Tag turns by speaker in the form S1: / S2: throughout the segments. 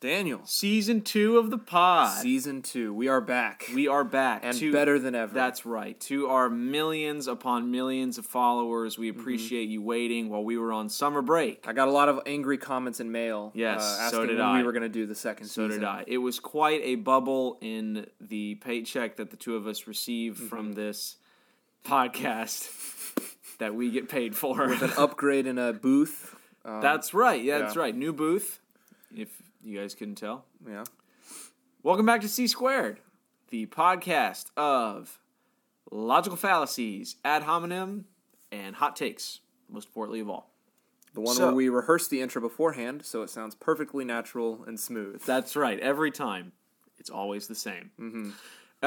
S1: Daniel.
S2: Season two of the pod.
S1: Season two. We are back.
S2: we are back
S1: and
S2: to-
S1: better than ever.
S2: That's right. To our millions upon millions of followers, we appreciate you waiting while we were on summer break.
S1: Mm-hmm. I got a lot of angry comments in mail.
S2: Yes,
S1: uh, asking
S2: so did
S1: when
S2: I.
S1: We were going to do the second
S2: So
S1: season.
S2: did I. It was quite a bubble in the paycheck that the two of us receive
S1: Mm-hmm.
S2: from this podcast that we get paid for.
S1: With an upgrade in a booth. Um,
S2: that's right. Yeah, that's
S1: yeah.
S2: right. New booth. If you guys couldn't tell.
S1: yeah.
S2: Welcome back to C Squared, the podcast of logical fallacies, ad hominem, and hot takes, most importantly of all.
S1: The one
S2: So-
S1: where we rehearsed the intro beforehand, so it sounds perfectly natural and smooth.
S2: That's right. Every time, it's always the same.
S1: Mm-hmm.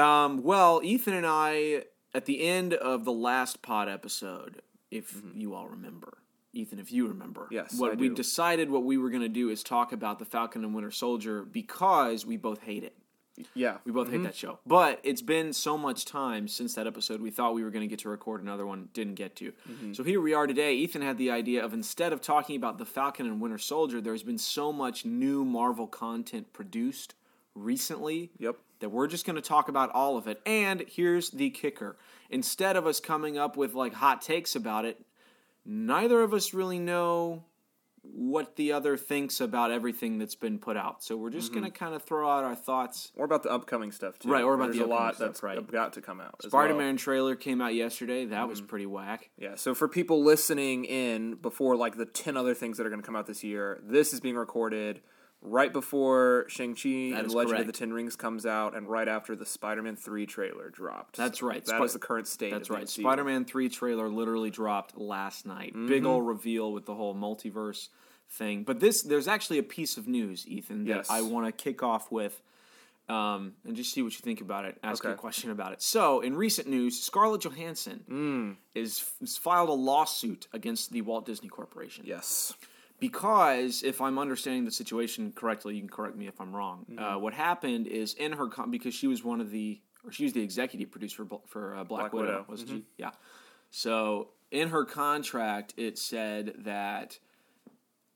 S2: Um, well, Ethan and I, at the end of the last pod episode, if you all remember, Ethan, if you remember,
S1: Mm-hmm. Yes,
S2: what
S1: I
S2: we
S1: do.
S2: decided what we were going to do is talk about the Falcon and Winter Soldier because we both hate it.
S1: yeah.
S2: We both hate that show. But it's been so much time since that episode. We thought we were going to get to record another one, didn't get to. So here we are today. Ethan had the idea of instead of talking about the Falcon and Winter Soldier, there's been so much new Marvel content produced recently
S1: Yep.
S2: that we're just going to talk about all of it. And here's the kicker instead of us coming up with like hot takes about it, neither of us really know what the other thinks about everything that's been put out. So we're just going to kind of throw out our thoughts.
S1: Or about the upcoming stuff too.
S2: Right, or about
S1: There's
S2: the
S1: a
S2: upcoming
S1: lot
S2: stuff,
S1: that's
S2: right.
S1: got to come out. as well. Mm-hmm.
S2: Spider Man trailer came out yesterday. That was pretty whack.
S1: Yeah, so for people listening in before like the 10 other things that are going to come out this year, this is being recorded right before Shang-Chi and
S2: is
S1: Legend of
S2: correct.
S1: the Ten Rings comes out and right after the Spider-Man 3 trailer dropped.
S2: That's right.
S1: That is
S2: Spi-
S1: the current state.
S2: That's
S1: of the
S2: right.
S1: MCU.
S2: Spider Man 3 trailer literally dropped last night. Big
S1: Mm-hmm.
S2: ol' reveal with the whole multiverse thing. But this, there's actually a piece of news, Ethan, that
S1: Yes.
S2: I want to kick off with um, and just see what you think about it, ask you a
S1: Okay.
S2: question about it. So, in recent news, Scarlett Johansson
S1: Mm.
S2: is, has filed a lawsuit against the Walt Disney Corporation.
S1: Yes.
S2: because if I'm understanding the situation correctly, you can correct me if I'm wrong.
S1: Mm-hmm.
S2: Uh, what happened is in her con- because she was one of the or she was the executive producer for Bla- for uh, Black,
S1: Black
S2: Widow,
S1: Widow. Mm-hmm.
S2: wasn't she? Yeah. So in her contract, it said that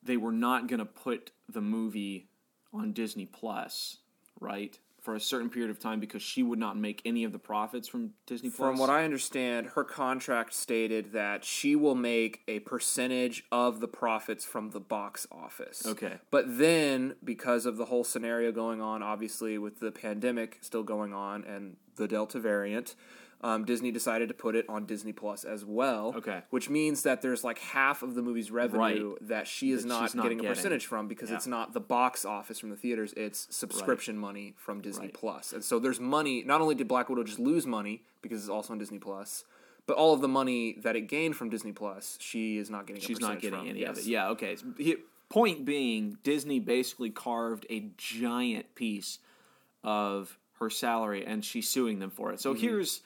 S2: they were not going to put the movie on Disney Plus, right? For a certain period of time because she would not make any of the profits from Disney Plus.
S1: From what I understand, her contract stated that she will make a percentage of the profits from the box office.
S2: Okay.
S1: But then, because of the whole scenario going on, obviously with the pandemic still going on and the Delta variant, um, Disney decided to put it on Disney Plus as well.
S2: Okay.
S1: Which means that there's like half of the movie's revenue that she is
S2: That
S1: not,
S2: she's not
S1: getting, a
S2: getting.
S1: percentage from because it's not the box office from the theaters, it's subscription money from Disney
S2: Right.
S1: Plus. And so there's money. Not only did Black Widow just lose money because it's also on Disney Plus, but all of the money that it gained from Disney Plus, she is not getting. a
S2: She's not
S1: percentage
S2: getting
S1: from.
S2: any of
S1: Yes.
S2: it. Yeah, okay. S- he- Point being, Disney basically carved a giant piece of her salary, and she's suing them for it. So
S1: Mm-hmm.
S2: here's,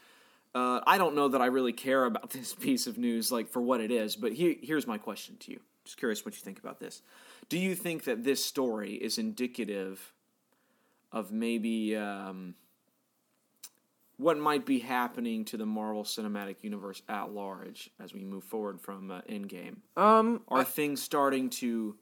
S2: uh, I don't know that I really care about this piece of news, like for what it is, but here, here's my question to you. Just curious what you think about this. Do you think that this story is indicative of maybe um, what might be happening to the Marvel Cinematic Universe at large as we move forward from uh, Endgame?
S1: Um,
S2: are things starting to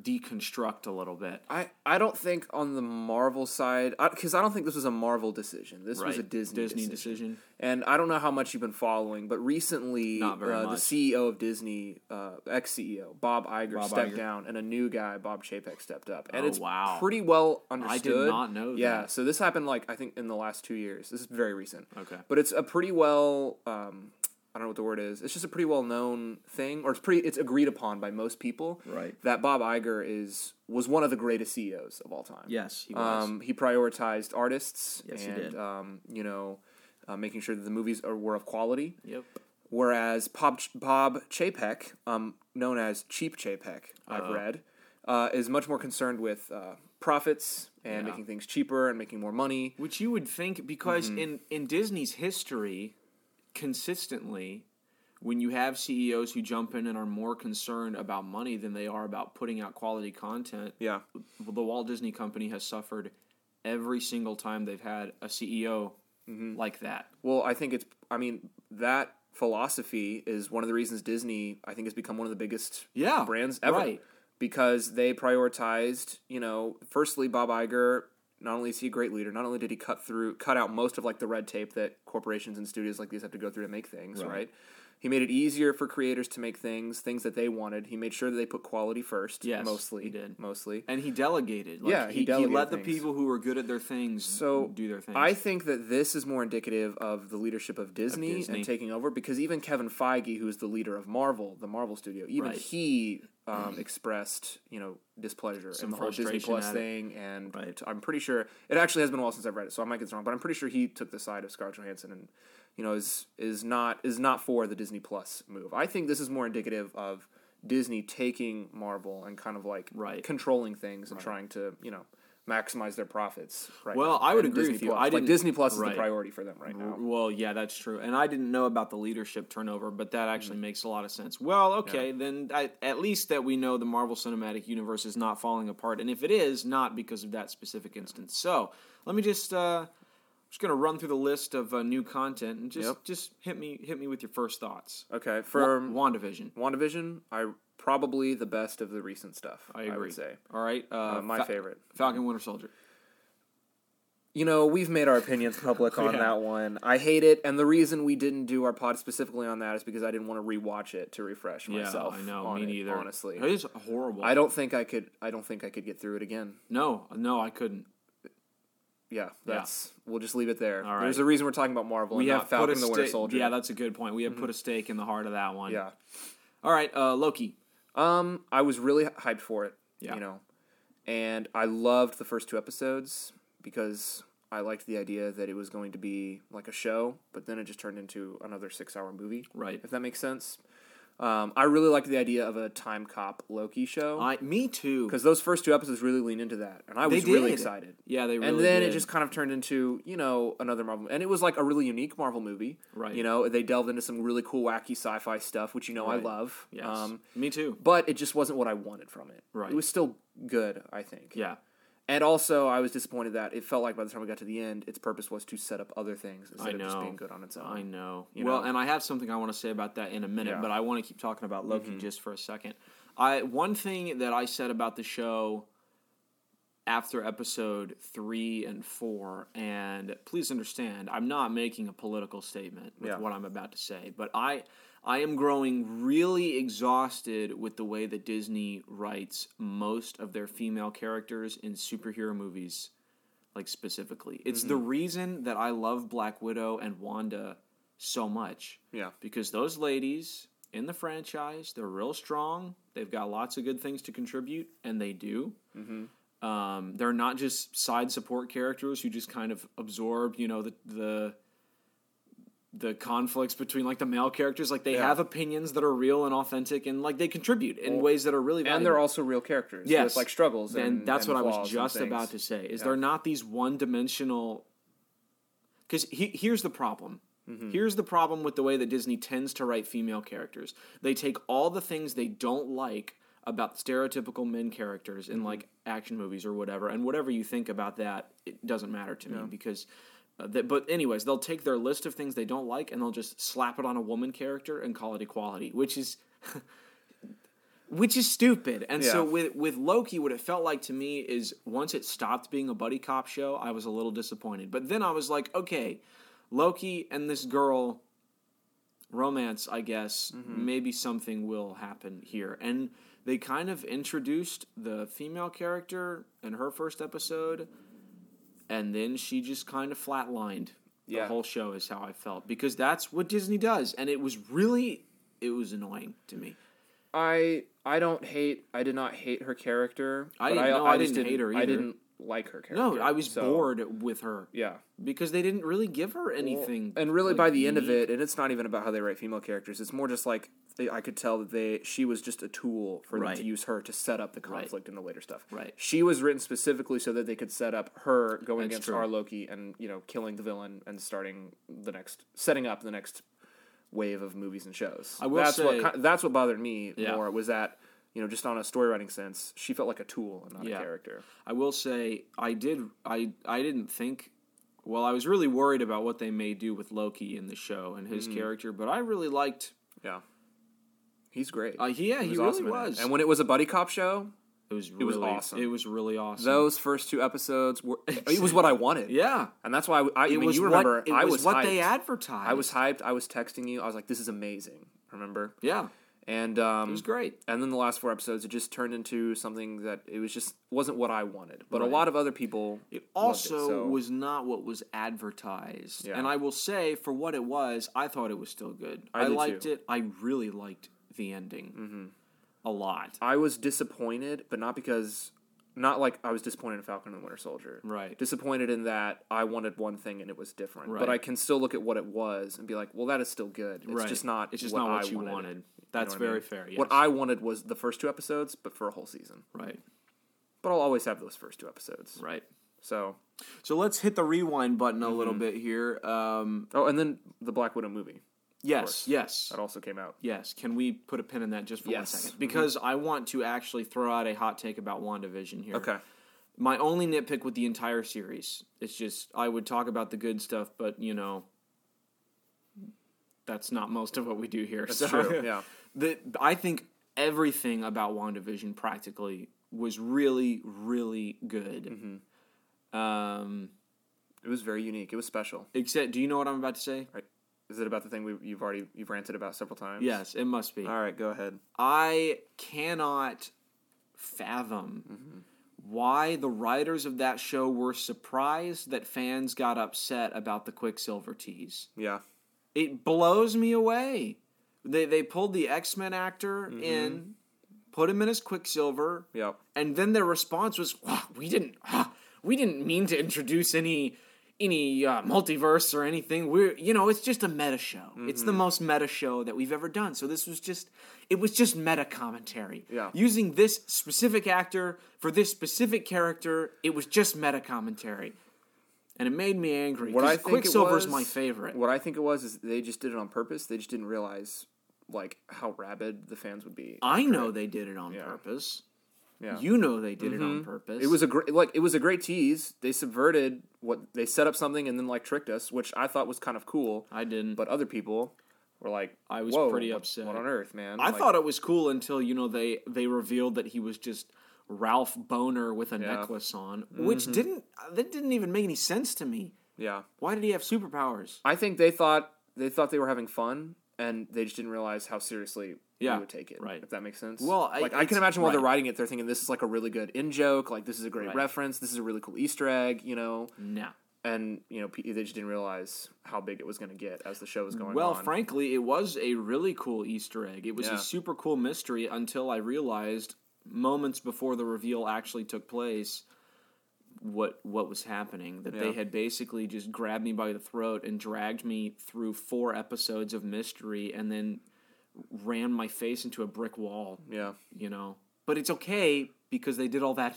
S2: deconstruct a little bit?
S1: I, I don't think on the Marvel side because I, don't think this was a Marvel decision. This was a Disney
S2: Disney
S1: decision.
S2: decision.
S1: And I don't know how much you've been following, but recently
S2: Not very
S1: uh,
S2: much.
S1: the CEO of Disney, uh, ex CEO Bob Iger,
S2: Bob
S1: stepped
S2: Iger.
S1: down, and a new guy Bob Chapek stepped up, and
S2: Oh,
S1: it's
S2: wow.
S1: pretty well understood.
S2: not know
S1: Yeah,
S2: that.
S1: so this happened like I think in the last two years. This is very recent.
S2: Okay.
S1: but it's a pretty well. Um, I don't know what the word is. It's just a pretty well known thing, or it's pretty. It's agreed upon by most people.
S2: Right.
S1: That Bob Iger is was one of the greatest CEOs of all time.
S2: Yes, he was.
S1: Um, he prioritized artists
S2: Yes, he
S1: and,
S2: did.
S1: um, you know, uh, making sure that the movies are, were of quality.
S2: yep.
S1: Whereas Bob, Ch- Bob Chapek, um, known as Cheap Chapek, I've
S2: Uh-huh.
S1: read, uh, is much more concerned with uh, profits and making things cheaper and making more money.
S2: Which you would think because
S1: Mm-hmm.
S2: in in Disney's history, consistently, when you have CEOs who jump in and are more concerned about money than they are about putting out quality content,
S1: Yeah.
S2: the Walt Disney Company has suffered every single time they've had a CEO
S1: Mm-hmm.
S2: like that.
S1: Well, I think it's. I mean, that philosophy is one of the reasons Disney, I think, has become one of the biggest
S2: Yeah,
S1: brands ever.
S2: right.
S1: because they prioritized, you know, firstly Bob Iger. Not only is he a great leader, not only did he cut through, cut out most of like the red tape that corporations and studios like these have to go through to make things,
S2: Right.
S1: right? He made it easier for creators to make things, things that they wanted. He made sure that they put quality first.
S2: Yes,
S1: mostly
S2: he did.
S1: Mostly.
S2: And he delegated. Like,
S1: Yeah, he
S2: he,
S1: delegated
S2: let
S1: things.
S2: the people who were good at their things
S1: So,
S2: do their things.
S1: I think that this is more indicative of the leadership of Disney,
S2: Disney.
S1: and taking over because even Kevin Feige, who's the leader of Marvel, the Marvel studio, even
S2: Right.
S1: he um, expressed you know displeasure in the whole Disney
S2: frustration
S1: Plus
S2: at it.
S1: thing, and
S2: Right.
S1: t- I'm pretty sure it actually has been a while since I've read it, so I might get this wrong, but I'm pretty sure he took the side of Scarlett Johansson and you know is is not is not for the Disney Plus move. I think this is more indicative of Disney taking Marvel and kind of like
S2: Right.
S1: controlling things and trying to you know. Maximize their profits. Right
S2: Well,
S1: now.
S2: I would
S1: And
S2: agree
S1: Disney
S2: with you.
S1: Plus.
S2: I
S1: like
S2: didn't-
S1: Disney Plus is
S2: right.
S1: the priority for them right now.
S2: Well, yeah, that's true. And I didn't know about the leadership turnover, but that actually
S1: Mm.
S2: makes a lot of sense. Well, okay, then I, at least that we know the Marvel Cinematic Universe is not falling apart, and if it is, not because of that specific instance. So let me just. Uh, just gonna run through the list of uh, new content and just
S1: Yep. Um,
S2: just hit me hit me with your first thoughts.
S1: Okay, for
S2: Wandavision,
S1: WandaVision, I probably the best of the recent stuff.
S2: I agree.
S1: would say
S2: All right, uh,
S1: uh, my
S2: Fa-
S1: favorite.
S2: Falcon Winter Soldier.
S1: You know, we've made our opinions public on
S2: Yeah.
S1: that one. I hate it, and the reason we didn't do our pod specifically on that is because I didn't want to rewatch it to refresh myself.
S2: yeah, I know.
S1: on
S2: Me
S1: it,
S2: neither.
S1: Honestly,
S2: it is horrible.
S1: I don't think I could. I don't think I could get through it again.
S2: no, no, I couldn't.
S1: Yeah, that's. We'll just leave it there.
S2: All right.
S1: There's a reason we're talking about Marvel
S2: We
S1: and
S2: have
S1: not Falcon
S2: put a
S1: and the Winter
S2: sta-
S1: Soldier. Mm-hmm.
S2: Yeah, that's a good point. We have put a stake in the heart of that one.
S1: yeah.
S2: All right, uh, Loki.
S1: Um, I was really hy- hyped for it.
S2: Yeah.
S1: You know, and I loved the first two episodes because I liked the idea that it was going to be like a show, but then it just turned into another six-hour movie.
S2: Right.
S1: If that makes sense. Um, I really liked the idea of a time cop Loki show
S2: I me too.
S1: because those first two episodes really leaned into that, and I was
S2: did.
S1: really excited.
S2: Yeah, they really
S1: and then
S2: did.
S1: it just kind of turned into you know another Marvel, and it was like a really unique Marvel movie.
S2: Right.
S1: You know, they delved into some really cool, wacky sci-fi stuff, which you know
S2: Right.
S1: I love.
S2: Yes.
S1: Um,
S2: me too.
S1: but it just wasn't what I wanted from it.
S2: Right.
S1: It was still good, I think.
S2: Yeah.
S1: And also, I was disappointed that it felt like by the time we got to the end, its purpose was to set up other things instead
S2: I
S1: of just
S2: know.
S1: being good on its own.
S2: I know. well,
S1: know?
S2: and I have something I want to say about that in a minute,
S1: Yeah. Mm-hmm.
S2: but I want to keep talking about Loki just for a second. I one thing that I said about the show after episode three and four, and please understand, I'm not making a political statement with
S1: Yeah.
S2: what I'm about to say, but I I am growing really exhausted with the way that Disney writes most of their female characters in superhero movies like specifically. It's the
S1: Mm-hmm.
S2: reason that I love Black Widow and Wanda so much
S1: Yeah.
S2: because those ladies in the franchise, they're real strong. They've got lots of good things to contribute, and they do.
S1: Mm-hmm.
S2: Um, they're not just side support characters who just kind of absorb, you know, the the the conflicts between like the male characters. Like they
S1: Yeah.
S2: have opinions that are real and authentic, and like they contribute in ways that are really
S1: And
S2: valuable.
S1: they're also real characters.
S2: Yes.
S1: With like struggles. And,
S2: And, that's
S1: and
S2: what I was
S1: flaws and
S2: just
S1: things.
S2: about to say. Is they're not these one dimensional. Because he, here's the problem.
S1: Mm-hmm.
S2: Here's the problem with the way that Disney tends to write female characters. They take all the things they don't like about stereotypical men characters
S1: Mm-hmm.
S2: in like action movies or whatever, and whatever you think about that, it doesn't matter to me because. Uh, that, but anyways, they'll take their list of things they don't like and they'll just slap it on a woman character and call it equality, which is which is stupid. And so
S1: Yeah.
S2: with with Loki, what it felt like to me is once it stopped being a buddy cop show, I was a little disappointed. But then I was like, okay, Loki and this girl romance, I guess
S1: Mm-hmm.
S2: maybe something will happen here. And they kind of introduced the female character in her first episode, and then she just kind of flatlined. The
S1: Yeah.
S2: whole show is how I felt because that's what Disney does, and it was really it was annoying to me.
S1: I I don't hate. I did not hate her character.
S2: I
S1: but
S2: didn't- no, I
S1: just
S2: didn't hate her
S1: I
S2: either.
S1: didn't like her character.
S2: No, I was
S1: so,
S2: bored with her
S1: Yeah.
S2: because they didn't really give her anything.
S1: And really,
S2: like,
S1: by the end of
S2: unique.
S1: it, and it's not even about how they write female characters. It's more just like they, I could tell that they she was just a tool for them
S2: Right.
S1: to use her to set up the conflict and the later stuff.
S2: Right.
S1: She was written specifically so that they could set up her going
S2: That's
S1: against
S2: true.
S1: our Loki and you know killing the villain and starting the next setting up the next wave of movies and shows.
S2: I will
S1: that's
S2: say-
S1: what ki- that's what bothered me
S2: Yeah.
S1: more was that you know just on a story writing sense, she felt like a tool and not
S2: Yeah.
S1: a character.
S2: I will say I did. I I didn't think. Well, I was really worried about what they may do with Loki in the show and his character, but I really liked.
S1: Yeah. He's great.
S2: Uh, yeah, he,
S1: was
S2: really
S1: awesome in it.
S2: was.
S1: And when it was a buddy cop show,
S2: It was really, it was
S1: awesome.
S2: It was really awesome.
S1: Those first two episodes were it was what I wanted.
S2: yeah,
S1: And that's why I, I
S2: it
S1: mean,
S2: was
S1: you remember
S2: what, it
S1: I
S2: was,
S1: was
S2: what
S1: hyped.
S2: they advertised.
S1: I was hyped. I was texting you. I was like, "This is amazing." Remember?
S2: yeah,
S1: And um,
S2: it was great.
S1: and then the last four episodes, it just turned into something that it was just wasn't what I wanted. But a lot of other people
S2: It
S1: loved
S2: also
S1: so-
S2: was not what was advertised.
S1: Yeah.
S2: And I will say, for what it was, I thought it was still good. I, Mm-hmm.
S1: did
S2: liked
S1: too.
S2: it. I really liked the ending a lot.
S1: I was disappointed, but not because not like I was disappointed in Falcon and the Winter Soldier.
S2: Right.
S1: Disappointed in that I wanted one thing and it was different. But
S2: Right.
S1: I can still look at what it was and be like, "Well, that is still good. It's
S2: Right.
S1: just not
S2: It's just
S1: what
S2: not what
S1: I
S2: you wanted.
S1: wanted.
S2: That's
S1: what I
S2: very
S1: mean?
S2: fair. Yes.
S1: What I wanted was the first two episodes, but for a whole season.
S2: right.
S1: But I'll always have those first two episodes.
S2: Right. Mm-hmm.
S1: So,
S2: So let's hit the rewind button a little bit here. Um,
S1: oh, and then the Black Widow movie
S2: yes. Yes.
S1: that also came out.
S2: Yes. Can we put a pin in that just for
S1: Yes.
S2: one second? Because I want to actually throw out a hot take about WandaVision here.
S1: Okay.
S2: My only nitpick with the entire series, it's just I would talk about the good stuff, but you know, that's not most of what we do here. That's
S1: true, yeah.
S2: The, I think everything about WandaVision practically was really, really good.
S1: Mm-hmm.
S2: Um,
S1: It was very unique. It was special.
S2: except, do you know what I'm about to say?
S1: Right. Is it about the thing we, you've already you've ranted about several times?
S2: Yes, it must be.
S1: All right, go ahead.
S2: I cannot fathom why the writers of that show were surprised that fans got upset about the Quicksilver tease.
S1: Yeah.
S2: It blows me away. They they pulled the X Men actor in, put him in as Quicksilver,
S1: Yep.
S2: and then their response was, "Wow, "We didn't, ah, we didn't mean to introduce any." Any uh, multiverse or anything, we're you know it's just a meta show. It's
S1: Mm-hmm.
S2: the most meta show that we've ever done. So this was just, it was just meta commentary.
S1: Yeah.
S2: Using this specific actor for this specific character, it was just meta commentary, and it made me angry.
S1: What I
S2: 'cause
S1: think
S2: Quicksilver's
S1: it was,
S2: my favorite.
S1: What I think it was is they just did it on purpose. They just didn't realize like how rabid the fans would be.
S2: I know they did it on purpose.
S1: Yeah. Mm-hmm.
S2: You know they did it on purpose.
S1: It was a great like it was a great tease. They subverted what they set up something and then like tricked us, which I thought was kind of cool.
S2: I didn't.
S1: But other people were like,
S2: I was
S1: "Whoa,
S2: pretty
S1: what-
S2: upset.
S1: What on earth, man?
S2: I thought it was cool until you know they they revealed that he was just Ralph Boner with a necklace on, which didn't that didn't even make any sense to me.
S1: yeah.
S2: Why did he have superpowers?
S1: I think they thought they thought they were having fun, and they just didn't realize how seriously
S2: Yeah,
S1: we would take it.
S2: right.
S1: If that makes sense.
S2: Well, I-
S1: like I can
S2: it's-
S1: imagine while they're
S2: right.
S1: writing it, they're thinking this is like a really good in joke. Like this is a great
S2: Right.
S1: reference. This is a really cool Easter egg. You know,
S2: No.
S1: and you know pe- they just didn't realize how big it was going to get as the show was going
S2: Well,
S1: on.
S2: frankly, it was a really cool Easter egg. It was
S1: Yeah.
S2: a super cool mystery until I realized moments before the reveal actually took place what what was happening that they
S1: Yeah.
S2: had basically just grabbed me by the throat and dragged me through four episodes of mystery and then ran my face into a brick wall
S1: yeah,
S2: you know. But it's okay because they did all that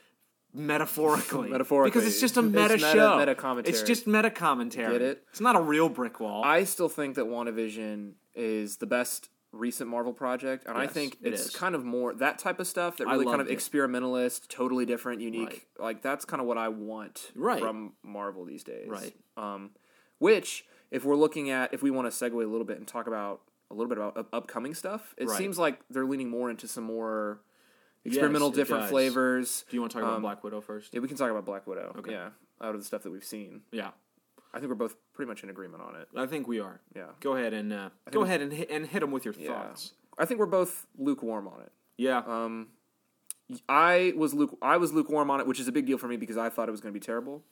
S2: metaphorically.
S1: Metaphorically.
S2: Because it's just a
S1: It's
S2: meta,
S1: meta-
S2: show.
S1: meta commentary.
S2: It's just meta commentary.
S1: Get it?
S2: It's not a real brick wall.
S1: I still think that WandaVision is the best recent Marvel project, and I
S2: Yes,
S1: think
S2: it
S1: it's
S2: is.
S1: kind of more that type of stuff that really kind
S2: loved
S1: of
S2: it.
S1: experimentalist, totally different, unique. Like that's kind of what I want
S2: Right.
S1: from Marvel these days.
S2: Right.
S1: Um, which, if we're looking at, if we want to segue a little bit and talk about a little bit about up- upcoming stuff, it
S2: Right.
S1: seems like they're leaning more into some more experimental,
S2: it
S1: different
S2: does.
S1: flavors.
S2: Do you want to talk
S1: Um,
S2: about Black Widow first?
S1: Yeah, we can talk about Black Widow. Yeah, out of the stuff that we've seen,
S2: yeah,
S1: I think we're both pretty much in agreement on it.
S2: I think we are.
S1: Yeah.
S2: Go ahead and uh, go ahead and hit, and hit them with your thoughts.
S1: I think we're both lukewarm on it.
S2: Yeah.
S1: Um, I was luke I was lukewarm on it, which is a big deal for me because I thought it was going to be terrible,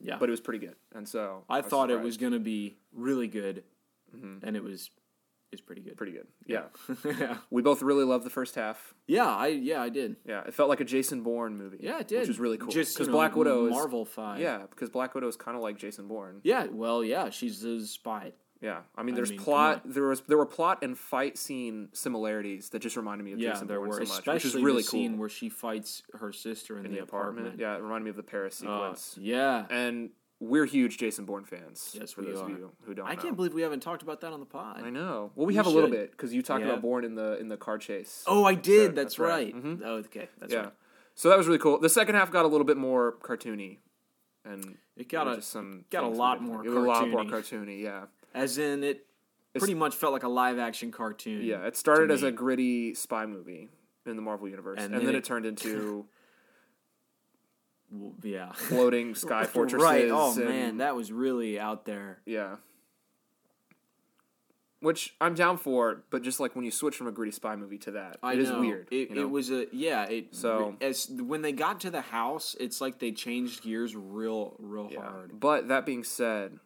S2: yeah.
S1: but it was pretty good. And so
S2: I
S1: was
S2: thought it
S1: surprised. Mm-hmm.
S2: was going to be really good, and it was is pretty good.
S1: pretty good. Yeah.
S2: yeah.
S1: we both really loved the first half.
S2: Yeah. I yeah I did.
S1: Yeah, it felt like a Jason Bourne movie.
S2: Yeah, it did.
S1: Which was really cool.
S2: Just
S1: because
S2: you know,
S1: Black Widow is
S2: Marvel five.
S1: yeah, because Black Widow is kind of like Jason Bourne.
S2: Yeah. Well, yeah. She's a spy.
S1: Yeah, I mean, there's
S2: mean, come
S1: plot. There was there were plot and fight scene similarities that just reminded me of
S2: Yeah,
S1: Jason
S2: there
S1: Bourne
S2: were,
S1: so much,
S2: especially
S1: which is really
S2: the
S1: cool.
S2: scene where she fights her sister in, Oh, Uh,
S1: the apartment. Yeah, it reminded me of the Paris sequence.
S2: Yeah,
S1: And we're huge Jason Bourne fans.
S2: Yes,
S1: for
S2: we
S1: those
S2: are.
S1: of you who don't
S2: I
S1: know.
S2: can't believe we haven't talked about that on the pod.
S1: I know. Well, we, have a little
S2: should.
S1: bit because you talked
S2: Yeah.
S1: about Bourne in the in the car chase.
S2: Oh, I did. that's,
S1: that's right.
S2: right.
S1: Mm-hmm.
S2: Oh, okay, that's
S1: yeah.
S2: right.
S1: So that was really cool. The second half got a little bit more cartoony, and
S2: It got
S1: there were
S2: a-
S1: just some
S2: got a
S1: things
S2: lot
S1: that-
S2: more
S1: it was a lot more
S2: cartoony.
S1: cartoony. Yeah,
S2: As in, it pretty much felt like a live action cartoon.
S1: yeah. It started as a gritty spy movie, in the Marvel universe,
S2: And
S1: and,
S2: then
S1: then
S2: it-
S1: it, turned into
S2: W- Yeah.
S1: floating sky fortresses.
S2: Right. Oh
S1: and-
S2: man, that was really out there.
S1: yeah. Which I'm down for, but just like when you switch from a gritty spy movie to that,
S2: I
S1: it is
S2: know.
S1: weird.
S2: It,
S1: you know?
S2: it was a yeah. It
S1: So-
S2: as when they got to the house, it's like they changed gears real real
S1: Yeah.
S2: hard.
S1: But that being said,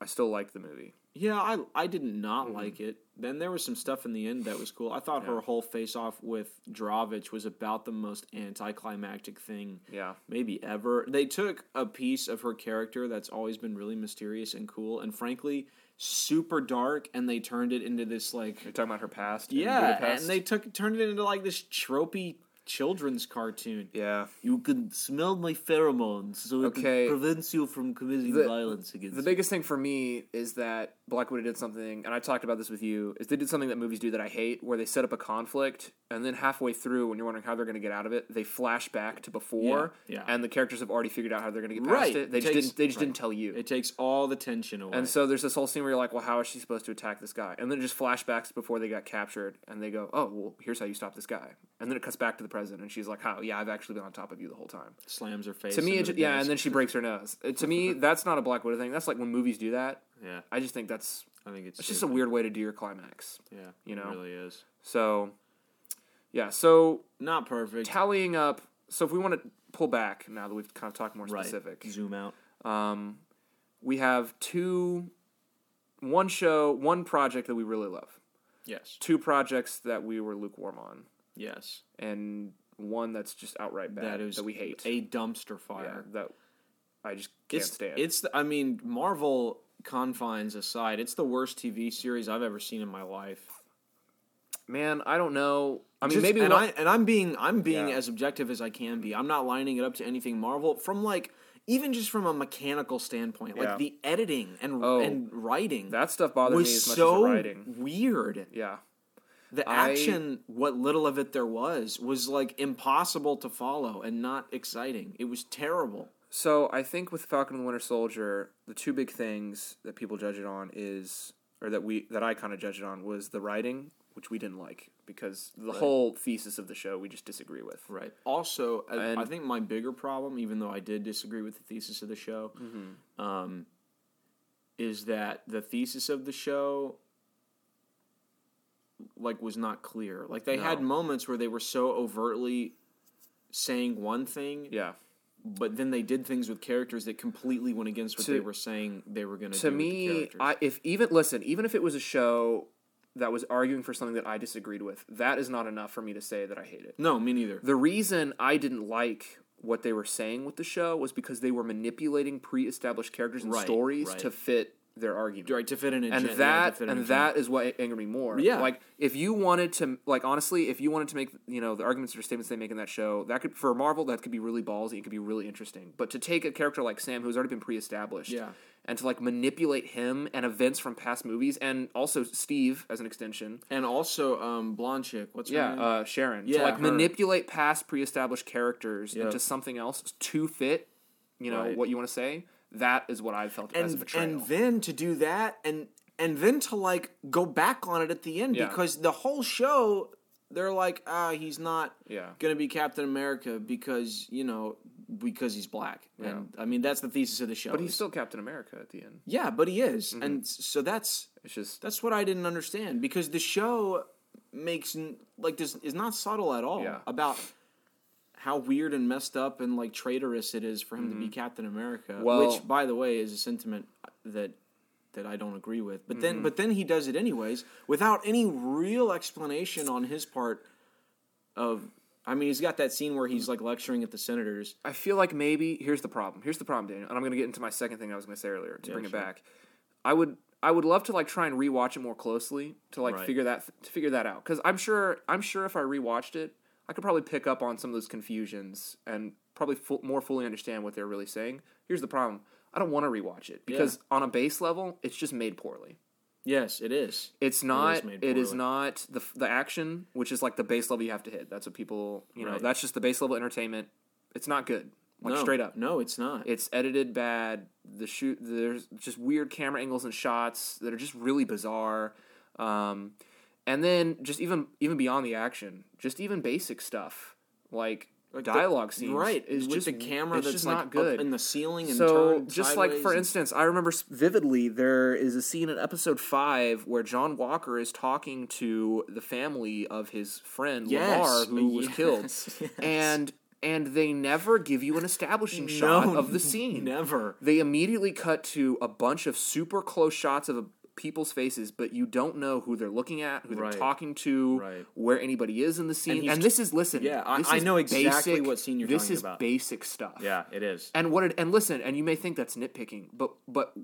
S1: I still like the movie.
S2: Yeah, I I did
S1: Mm-hmm.
S2: not like it. Then there was some stuff in the end that was cool. I thought her whole face off with Dravich was about the most anticlimactic thing
S1: Yeah.
S2: maybe ever. They took a piece of her character that's always been really mysterious and cool, and frankly super dark, and they turned it into this like
S1: You're talking about her past. in
S2: yeah,
S1: Budapest?
S2: and they took turned it into like this tropey children's cartoon.
S1: Yeah.
S2: You can smell my pheromones, so it
S1: Okay.
S2: prevents you from committing
S1: The-
S2: violence against
S1: The biggest thing for me is that Black Widow did something, and I talked about this with you, is they did something that movies do that I hate, where they set up a conflict, and then halfway through, when you're wondering how they're going to get out of it, they flash back to before,
S2: Yeah, yeah.
S1: and the characters have already figured out how they're going to get
S2: Right,
S1: past it. They
S2: it
S1: just
S2: takes-
S1: didn't. They just
S2: right.
S1: didn't tell you.
S2: It takes all the tension away.
S1: and so there's this whole scene where you're like, well, how is she supposed to attack this guy? And then it just flashbacks before they got captured, and they go, oh, well, here's how you stop this guy. And then it cuts back to the present, and she's like, how? Yeah, I've actually been on top of you the whole time
S2: slams her face.
S1: to me, it
S2: into
S1: ju-
S2: the
S1: yeah,
S2: desk.
S1: and then she breaks her nose. Uh, to me, that's not a Black Widow thing. That's like when movies do that.
S2: yeah,
S1: I just think that's
S2: I think it's,
S1: it's just a weird way to do your climax.
S2: stupid. yeah,
S1: you know.
S2: it really is
S1: So, yeah. So
S2: not perfect.
S1: tallying up. So if we want to pull back now that we've kind of talked more
S2: right,
S1: specific,
S2: zoom out.
S1: um, we have two, one show, one project that we really love,
S2: Yes,
S1: two projects that we were lukewarm on,
S2: yes,
S1: and one that's just outright bad
S2: that
S1: that,
S2: is
S1: we hate.
S2: a dumpster
S1: yeah,
S2: fire.
S1: that I just can't
S2: it's,
S1: stand.
S2: It's the, I mean, Marvel confines aside, it's the worst TV series I've ever seen in my life.
S1: Man, I don't know. I mean,
S2: Just-
S1: maybe
S2: and
S1: one-
S2: I and I'm being I'm being
S1: Yeah.
S2: as objective as I can be. I'm not lining it up to anything Marvel from like even just from a mechanical standpoint, like
S1: Yeah.
S2: the editing and
S1: Oh.
S2: and writing
S1: That stuff bothered me
S2: was
S1: as much as
S2: so
S1: the writing.
S2: weird.
S1: Yeah.
S2: The
S1: I-
S2: action, what little of it there was, was like impossible to follow and not exciting. It was terrible.
S1: So I think with Falcon and the Winter Soldier, the two big things that people judge it on is, or that we that I kind of judge it on was the writing, which we didn't like because the whole thesis of the show we just disagree with.
S2: Right. Also, I- I
S1: And-
S2: think my bigger problem, even though I did disagree with the thesis of the show,
S1: Mm-hmm.
S2: um, is that the thesis of the show like was not clear. Like they had moments where they were so overtly saying one thing,
S1: Yeah.
S2: but then they did things with characters that completely went against what
S1: To-
S2: they were saying they were going to do.
S1: To
S2: with the
S1: me,
S2: characters.
S1: I if even listen, even if it was a show that was arguing for something that I disagreed with, that is not enough for me to say that I hate it.
S2: no, me neither.
S1: The reason I didn't like what they were saying with the show was because they were manipulating pre-established characters and
S2: Right,
S1: stories
S2: right.
S1: to fit their argument.
S2: right to fit in,
S1: And that and that is what angered me more.
S2: Yeah.
S1: Like if you wanted to like honestly, if you wanted to make you know the arguments or statements they make in that show, that could for Marvel that could be really ballsy, it could be really interesting. But to take a character like Sam who's already been pre-established
S2: Yeah.
S1: and to like manipulate him and events from past movies and also Steve as an extension.
S2: and also um, blonde chick. What's her
S1: Yeah,
S2: name?
S1: uh, Sharon.
S2: Yeah,
S1: to like
S2: her.
S1: manipulate past pre-established characters
S2: Yeah.
S1: into something else to fit, you know,
S2: Right.
S1: what you want to say. That is what I felt as a
S2: and
S1: betrayal.
S2: and then to do that and and then to like go back on it at the end
S1: Yeah.
S2: because the whole show they're like ah he's not
S1: Yeah.
S2: gonna be Captain America because you know because he's black and I mean that's the thesis of the show
S1: but he's Mm-hmm. still Captain America at the end.
S2: yeah but he is and s- so that's
S1: It's just
S2: that's what I didn't understand because the show makes n- like this is not subtle at all
S1: Yeah.
S2: about how weird and messed up and like traitorous it is for him to be Captain America.
S1: Mm-hmm. Well-
S2: which, by the way, is a sentiment that that I don't agree with. But
S1: Mm-hmm.
S2: then, but then he does it anyways without any real explanation on his part. Of, I mean, he's got that scene where
S1: Mm.
S2: he's like lecturing at the senators.
S1: I feel like maybe here's the problem. Here's the problem, Daniel, and I'm going to get into my second thing I was going to say earlier to bring
S2: sure.
S1: it back. I would I would love to like try and rewatch it more closely to like
S2: Right.
S1: figure that to figure that out because I'm sure I'm sure if I rewatched it, I could probably pick up on some of those confusions and probably fu- more fully understand what they're really saying. Here's the problem: I don't want to rewatch it because on a base level, it's just made poorly.
S2: Yes, it is.
S1: It's not.
S2: made
S1: It is
S2: poorly.
S1: not the the action, which is like the base level you have to hit. That's what people you know.
S2: Right.
S1: That's just the base level entertainment. It's not good. Like
S2: no,
S1: straight up.
S2: No, it's not.
S1: It's edited bad. The shoot there's just weird camera angles and shots that are just really bizarre. Um, and then just even even beyond the action, just even basic stuff like,
S2: Like the-
S1: dialogue scenes,
S2: right?
S1: Is
S2: with
S1: just
S2: the camera
S1: it's
S2: that's
S1: just
S2: like
S1: not
S2: up
S1: good
S2: in the ceiling and
S1: so
S2: turned
S1: just like for
S2: sideways.
S1: instance i remember s- vividly there is a scene in episode 5 where john walker is talking to the family of his friend
S2: Yes,
S1: lamar who was
S2: yes,
S1: killed
S2: yes.
S1: and and they never give you an establishing shot of the scene
S2: never.
S1: they immediately cut to a bunch of super close shots of people's faces but you don't know who they're looking at who
S2: Right.
S1: they're talking to
S2: Right.
S1: where anybody is in the scene and,
S2: he's-
S1: this is listen
S2: Yeah, I-
S1: this
S2: I
S1: is
S2: know exactly
S1: basic-
S2: what scene you're
S1: this
S2: talking
S1: is
S2: about.
S1: basic stuff
S2: Yeah, it is.
S1: and what it, and listen, and you may think that's nitpicking, but but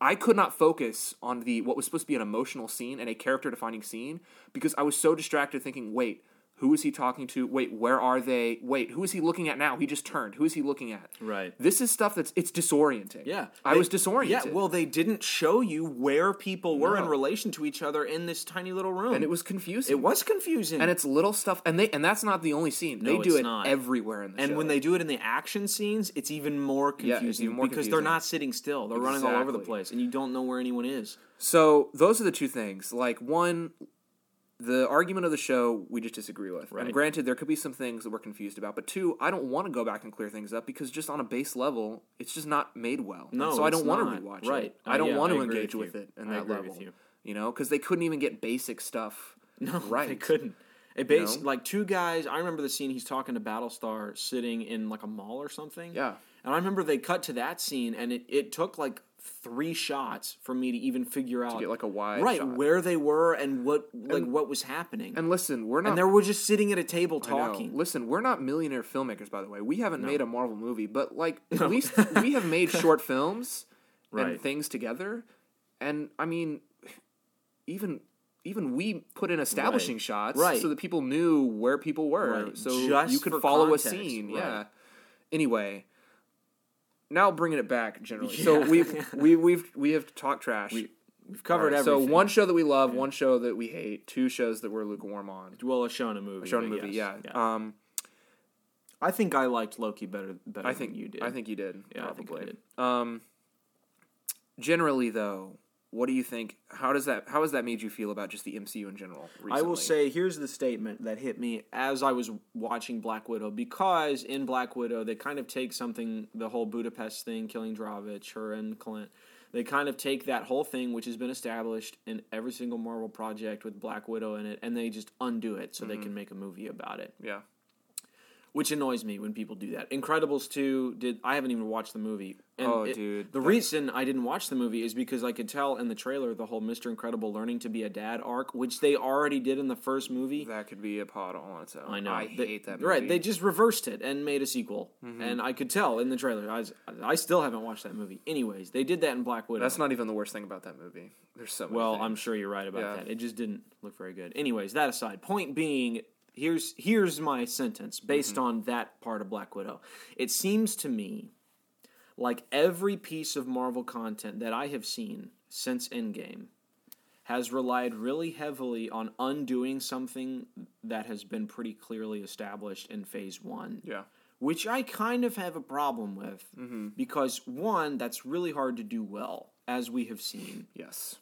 S1: I could not focus on the what was supposed to be an emotional scene and a character defining scene because I was so distracted thinking, wait, who is he talking to? Wait, where are they? Wait, who is he looking at now? He just turned. Who is he looking at?
S2: Right.
S1: This is stuff that's it's disorienting.
S2: Yeah,
S1: I
S2: They-
S1: was disoriented.
S2: Yeah, well, they didn't show you where people were in
S1: No.
S2: relation to each other in this tiny little room,
S1: and it was confusing.
S2: it was confusing.
S1: and it's little stuff, and they and that's not the only scene. they do
S2: it's
S1: it
S2: not.
S1: everywhere in the
S2: and
S1: show.
S2: when they do it in the action scenes, it's even more confusing
S1: it's even more
S2: because they're
S1: confusing.
S2: not sitting still; they're running all over the
S1: Exactly.
S2: place, and you don't know where anyone is.
S1: So those are the two things. Like one, the argument of the show we just disagree with.
S2: Right.
S1: And granted, there could be some things that we're confused about. But two, I don't want to go back and clear things up because just on a base level, it's just not made well. And
S2: No,
S1: so I
S2: it's
S1: don't want
S2: not.
S1: to rewatch
S2: Right.
S1: it.
S2: Uh,
S1: I don't
S2: yeah,
S1: want
S2: I
S1: to
S2: agree
S1: engage
S2: with
S1: with,
S2: you.
S1: it in
S2: I
S1: that
S2: agree
S1: level.
S2: with you.
S1: you. know, because they couldn't even get basic stuff.
S2: No,
S1: right.
S2: they couldn't. It base like two guys. I remember the scene he's talking to Battlestar sitting in like a mall or something.
S1: Yeah.
S2: and I remember they cut to that scene, and it, it took like three shots for me to even figure out
S1: Get like a wide
S2: right
S1: shot.
S2: where they were and what like what was happening.
S1: And listen, we're not
S2: And they were just sitting at a table
S1: No,
S2: talking.
S1: Listen, we're not millionaire filmmakers, by the way. We haven't made a Marvel movie, but like at least we have made short films
S2: Right.
S1: and things together. And I mean, even even we put in establishing
S2: Right.
S1: shots
S2: Right.
S1: so that people knew where people were,
S2: Right.
S1: so
S2: Just
S1: you
S2: for
S1: could follow
S2: context,
S1: a scene.
S2: right.
S1: Yeah. Anyway. Now bringing it back generally, so we've we, we've we have talked trash.
S2: We've covered
S1: Alright,
S2: everything.
S1: So one show that we love, one show that we hate, two shows that we're lukewarm on.
S2: well, a Shona movie.
S1: Shown
S2: but
S1: movie,
S2: yes,
S1: yeah. Um,
S2: I think I liked Loki better. Better
S1: I think
S2: than you did.
S1: I think you did.
S2: Yeah, I
S1: probably.
S2: think I did.
S1: Um, generally, though, what do you think? How does that? How has that made you feel about just the MCU in general? Recently?
S2: I will say here's the statement that hit me as I was watching Black Widow because in Black Widow they kind of take something the whole Budapest thing, killing Dravich, her and Clint. They kind of take that whole thing which has been established in every single Marvel project with Black Widow in it and they just undo it so
S1: Mm-hmm.
S2: they can make a movie about it.
S1: yeah,
S2: which annoys me when people do that. Incredibles two did I haven't even watched the movie. And
S1: Oh, dude,
S2: The reason I didn't watch the movie is because I could tell in the trailer the whole Mr. Incredible learning to be a dad arc, which they already did in the first movie.
S1: that could be a pod all on its own.
S2: I know.
S1: I
S2: They-
S1: hate
S2: Right,
S1: that. movie. Mm-hmm.
S2: they just reversed it and made a sequel, and I could tell in the trailer. I, was, I still haven't watched that movie. Anyways, they did that in Black Widow.
S1: That's not even the worst thing about that movie. There's so many
S2: Well,
S1: things.
S2: I'm sure you're right about
S1: Yeah.
S2: that. It just didn't look very good. Anyways, that aside, point being, here's here's my sentence based on that part of Black Widow. It seems to me like every piece of Marvel content that I have seen since Endgame has relied really heavily on undoing something that has been pretty clearly established in phase 1
S1: yeah,
S2: which I kind of have a problem with because one that's really hard to do well as we have seen
S1: yes,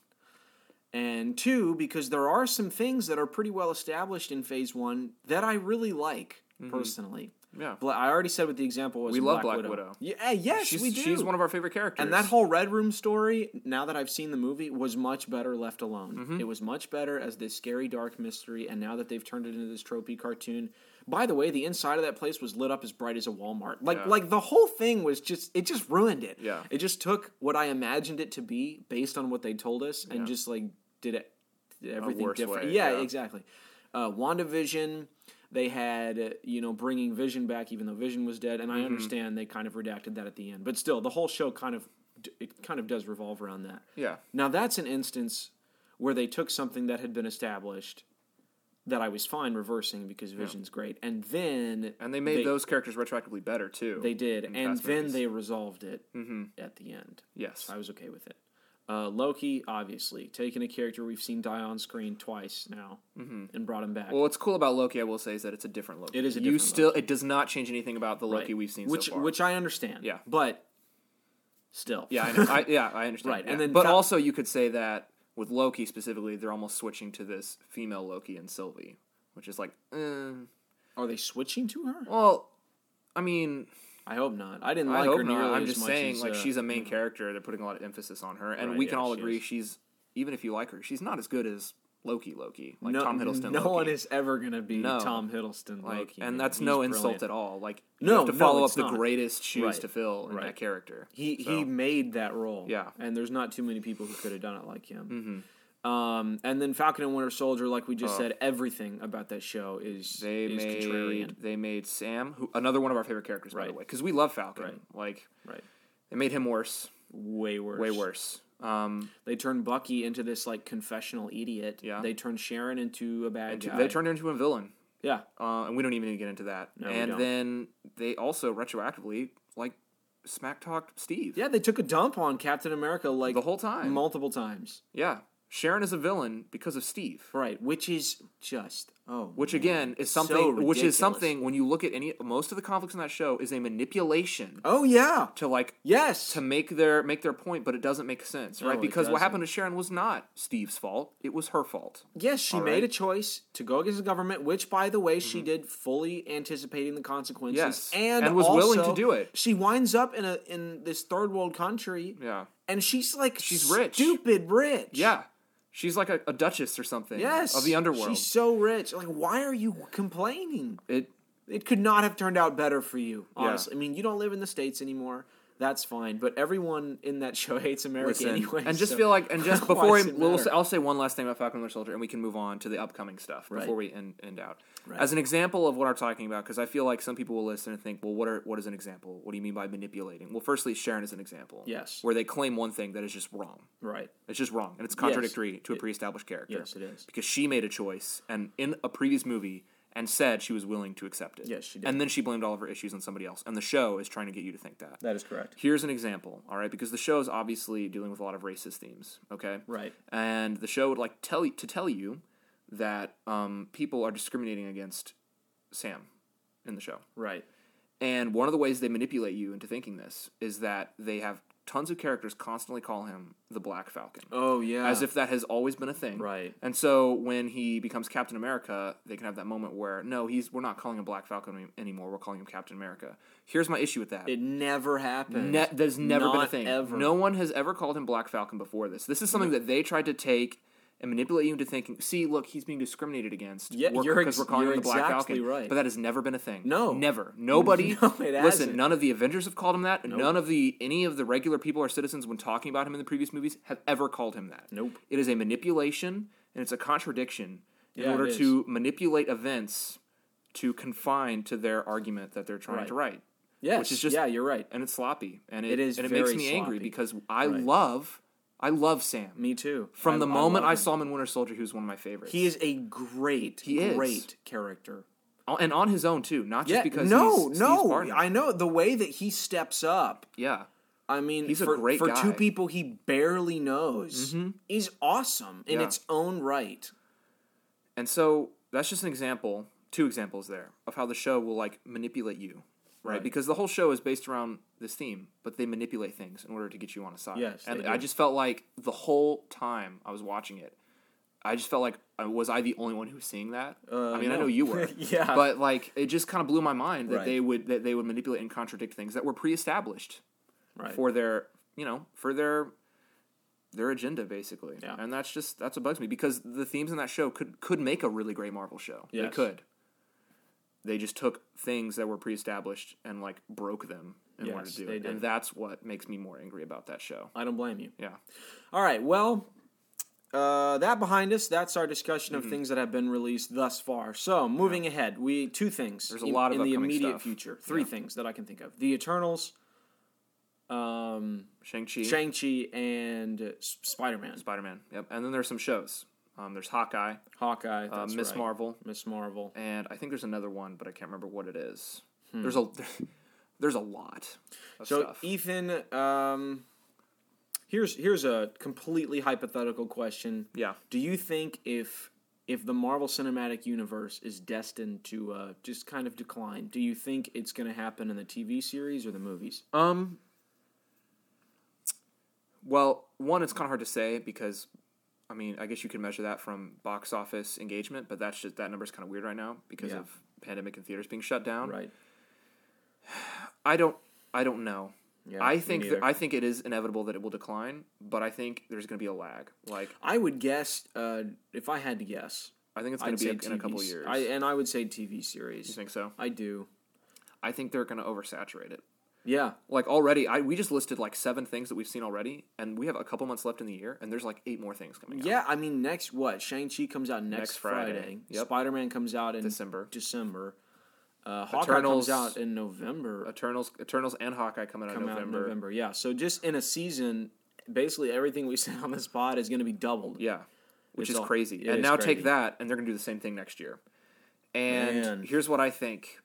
S2: and two because there are some things that are pretty well established in phase one that i really like personally
S1: yeah.
S2: Bla- i already said what the example was
S1: Mm-hmm. We
S2: in
S1: love
S2: black,
S1: Black
S2: widow.
S1: Widow.
S2: yeah eh, yes
S1: She's,
S2: we do
S1: she's one of our favorite characters,
S2: and that whole red room story now that i've seen the movie was much better left alone
S1: Mm-hmm.
S2: it was much better as this scary dark mystery and now that they've turned it into this tropey cartoon by the way the inside of that place was lit up as bright as a walmart like
S1: Yeah.
S2: like the whole thing was just it just ruined it
S1: Yeah.
S2: it just took what i imagined it to be based on what they told us and just like did it did everything
S1: worse
S2: different
S1: way,
S2: yeah,
S1: yeah.
S2: exactly uh, wandavision they had uh, you know bringing vision back even though vision was dead and i understand they kind of redacted that at the end but still the whole show kind of d- it kind of does revolve around that
S1: yeah,
S2: now that's an instance where they took something that had been established that i was fine reversing because vision's great and then
S1: and they made
S2: They-
S1: those characters retroactively better too.
S2: they did and
S1: past
S2: then
S1: movies.
S2: they resolved it at the end
S1: yes,
S2: I was okay with it. Uh, Loki, obviously, taking a character we've seen die on screen twice now
S1: Mm-hmm.
S2: and brought him back.
S1: Well, what's cool about Loki, I will say, is that it's a different Loki.
S2: It is a
S1: you
S2: different
S1: still it does not change anything about the Loki we've seen
S2: which
S1: so far.
S2: which I understand.
S1: Yeah.
S2: but still,
S1: yeah, I know. I, yeah, I understand.
S2: Right,
S1: yeah.
S2: and then
S1: but
S2: Val-
S1: also you could say that with Loki specifically, they're almost switching to this female Loki and Sylvie, which is like, eh.
S2: Are they switching to her?
S1: well, I mean,
S2: I hope not. I didn't
S1: I
S2: like
S1: hope
S2: her
S1: not.
S2: nearly
S1: I'm
S2: as
S1: just
S2: much
S1: saying,
S2: as,
S1: like,
S2: uh,
S1: she's a main character. They're putting a lot of emphasis on her, and
S2: Right,
S1: we can
S2: yeah,
S1: all
S2: she
S1: agree
S2: is.
S1: she's even if you like her, she's not as good as Loki. Loki, like
S2: no,
S1: Tom Hiddleston.
S2: No
S1: Loki.
S2: one is ever gonna be
S1: No.
S2: Tom Hiddleston
S1: Like,
S2: Loki,
S1: and
S2: man.
S1: that's
S2: He's
S1: no insult
S2: brilliant.
S1: at all. Like, you
S2: No,
S1: have to
S2: no,
S1: follow up
S2: it's
S1: the
S2: not.
S1: greatest shoes
S2: Right,
S1: to fill in that
S2: right.
S1: character.
S2: He
S1: So-
S2: he made that role.
S1: Yeah. Mm-hmm.
S2: and there's not too many people who could have done it like him. Um, and then Falcon and Winter Soldier, like we just said, everything about that show is
S1: They
S2: is
S1: made
S2: contrarian.
S1: they made Sam, who another one of our favorite characters by the
S2: Right.
S1: way, because we love Falcon.
S2: Right.
S1: Like
S2: Right,
S1: they made him worse,
S2: way worse.
S1: way worse. Um,
S2: They turned Bucky into this like confessional idiot.
S1: Yeah.
S2: They turned Sharon into a bad guy.
S1: they turned her into a villain,
S2: yeah.
S1: uh, and we don't even need to get into that.
S2: we
S1: and
S2: don't.
S1: then they also retroactively like smack talked Steve.
S2: Yeah, they took a dump on Captain America like
S1: The whole time.
S2: multiple times.
S1: Yeah. Sharon is a villain because of Steve.
S2: Right, which is just oh,
S1: Which
S2: man.
S1: again is
S2: So
S1: something which is
S2: ridiculous.
S1: something when you look at any most of the conflicts in that show is a manipulation
S2: oh yeah,
S1: to like
S2: yes,
S1: to make their make their point, but it doesn't make sense, right?
S2: it
S1: because what
S2: doesn't.
S1: happened to Sharon was not Steve's fault; it was her fault.
S2: yes, she made
S1: right.
S2: a choice to go against the government, which by the way she did fully anticipating the consequences,
S1: Yes,
S2: Mm-hmm. and
S1: and was willing
S2: also,
S1: to do it.
S2: She winds up in a in this third world country,
S1: Yeah,
S2: and she's like
S1: She's rich.
S2: stupid rich,
S1: yeah. She's like a, a duchess or something.
S2: yes,
S1: of the underworld.
S2: She's so rich. Like, why are you complaining?
S1: It
S2: it could not have turned out better for you.
S1: Yeah.
S2: Honestly, I mean, you don't live in the states anymore. That's fine, but everyone in that show hates America
S1: listen,
S2: anyway.
S1: and just
S2: so
S1: feel like and just
S2: why
S1: before I,
S2: does it
S1: will
S2: matter?
S1: I'll say one last thing about Falcon and Winter Soldier, and we can move on to the upcoming stuff before we end, end out. As an example of what I'm talking about, because I feel like some people will listen and think, well, what are what is an example? What do you mean by manipulating? Well, firstly, Sharon is an example.
S2: Yes.
S1: where they claim one thing that is just wrong.
S2: right,
S1: It's just wrong, and it's contradictory to a pre-established character.
S2: Yes, it is.
S1: because she made a choice, and in a previous movie, and said she was willing to accept it.
S2: Yes, she did.
S1: And then she blamed all of her issues on somebody else, and the show is trying to get you to think that.
S2: that is correct.
S1: Here's an example, all right, because the show is obviously dealing with a lot of racist themes, okay?
S2: Right.
S1: And the show would like tell you to tell you that um, people are discriminating against Sam in the show.
S2: Right,
S1: And one of the ways they manipulate you into thinking this is that they have tons of characters constantly call him the Black Falcon.
S2: Oh, yeah.
S1: As if that has always been a thing.
S2: Right.
S1: And so when he becomes Captain America, they can have that moment where no, he's we're not calling him Black Falcon any- anymore. We're calling him Captain America. Here's my issue with that.
S2: it never happened.
S1: Ne- there's never been a
S2: Not
S1: thing.
S2: ever.
S1: No one has ever called him Black Falcon before this. This is something that they tried to take and manipulate you into thinking. See, look, he's being discriminated against.
S2: Yeah,
S1: because
S2: you're ex-
S1: we're calling
S2: you're
S1: him the Black
S2: exactly
S1: Falcon.
S2: right.
S1: But that has never been a thing.
S2: No.
S1: never. Nobody.
S2: No, it
S1: listen,
S2: hasn't.
S1: none of the Avengers have called him that. None of the any of the regular people or citizens when talking about him in the previous movies have ever called him that.
S2: Nope.
S1: It is a manipulation and it's a contradiction in
S2: Yeah, it
S1: order
S2: is.
S1: to manipulate events to confine to their argument that they're trying to write
S2: yes,
S1: which is just-
S2: yeah, you're right.
S1: and it's sloppy and it,
S2: It is
S1: and it makes
S2: very
S1: me
S2: sloppy.
S1: angry because I love I love Sam
S2: Me too.
S1: from
S2: I-
S1: the moment I,
S2: love him.
S1: saw him in Winter Soldier he was one of my favorites
S2: he is a great,
S1: He is.
S2: great character.
S1: and on his own too not just
S2: Yeah,
S1: because
S2: no,
S1: he's Steve's
S2: no,
S1: partner.
S2: I know the way that he steps up.
S1: yeah
S2: I mean,
S1: He's a
S2: for,
S1: great
S2: for
S1: guy. Mm-hmm.
S2: two people he barely knows. He's awesome in
S1: Yeah.
S2: its own right.
S1: and so that's just an example two examples there of how the show will like manipulate you right,
S2: Right.
S1: because the whole show is based around this theme but they manipulate things in order to get you on a side
S2: Yes, they
S1: and
S2: do.
S1: I just felt like the whole time I was watching it I just felt like I- was I the only one who was seeing that I mean I
S2: Uh, no.
S1: know you were
S2: Yeah.
S1: but like it just kind of blew my mind that
S2: Right.
S1: they would that they would manipulate and contradict things that were pre-established
S2: Right.
S1: for their you know for their their agenda basically
S2: Yeah.
S1: and that's just that's what bugs me because the themes in that show could could make a really great marvel show they
S2: Yes.
S1: could they just took things that were pre-established and like broke them in order
S2: Yes,
S1: to do
S2: they
S1: it and
S2: did.
S1: that's what makes me more angry about that show
S2: I don't blame you.
S1: yeah
S2: All right. Well, uh, that behind us. That's our discussion
S1: Mm-hmm.
S2: of things that have been released thus far. So moving ahead, we two things. There's
S1: a lot of
S2: in the
S1: upcoming
S2: immediate
S1: stuff.
S2: future. Three things that I can think of: the Eternals, um,
S1: shang-chi
S2: Shang Chi, and Spider Man,
S1: spider-man yep and then there's some shows um, there's hawkeye
S2: Hawkeye,
S1: uh,
S2: that's
S1: miss
S2: right.
S1: marvel
S2: Miss Marvel.
S1: and I think there's another one, but I can't remember what it is. There's a there's a lot of
S2: Hmm. So e-
S1: stuff.
S2: Ethan, um, here's here's a completely hypothetical question.
S1: yeah,
S2: Do you think if if the Marvel Cinematic Universe is destined to uh, just kind of decline, do you think it's going to happen in the TV series or the movies?
S1: Uh, Um. Well, one, it's kind of hard to say because I mean, I guess you can measure that from box office engagement, but that's just that number's kind of weird right now because
S2: Yeah.
S1: of pandemic and theaters being shut down.
S2: Right.
S1: I don't I don't know.
S2: Yeah.
S1: I
S2: me
S1: think that,
S2: neither.
S1: I think it is inevitable that it will decline, but I think there's going to be a lag. Like
S2: I would guess uh, if I had to guess,
S1: I think it's going
S2: I'd
S1: to be
S2: say
S1: a, in a
S2: TV
S1: couple
S2: s-
S1: years.
S2: I, eh.
S1: I
S2: and I would say TV series.
S1: think so.
S2: I do.
S1: I think they're going to oversaturate it.
S2: Yeah.
S1: Like already, I we just listed like seven things that we've seen already, and we have a couple months left in the year, and there's like eight more things coming. out.
S2: Yeah, I mean next what? Shang Chi comes out next,
S1: Next
S2: Friday.
S1: Friday. Yep.
S2: Spider Man comes out in
S1: December.
S2: December. Uh, Hawkeye
S1: Eternals-
S2: comes out in November.
S1: Eternals, Eternals, and Hawkeye coming out
S2: Come
S1: in
S2: out in
S1: November.
S2: November. Yeah. So just in a season, basically everything we said on this pod is going to be doubled.
S1: Yeah, which
S2: It's
S1: is
S2: all-
S1: crazy.
S2: it
S1: And
S2: is
S1: now
S2: crazy.
S1: take that, and they're going to do the same thing next year. And
S2: Man.
S1: here's what I think.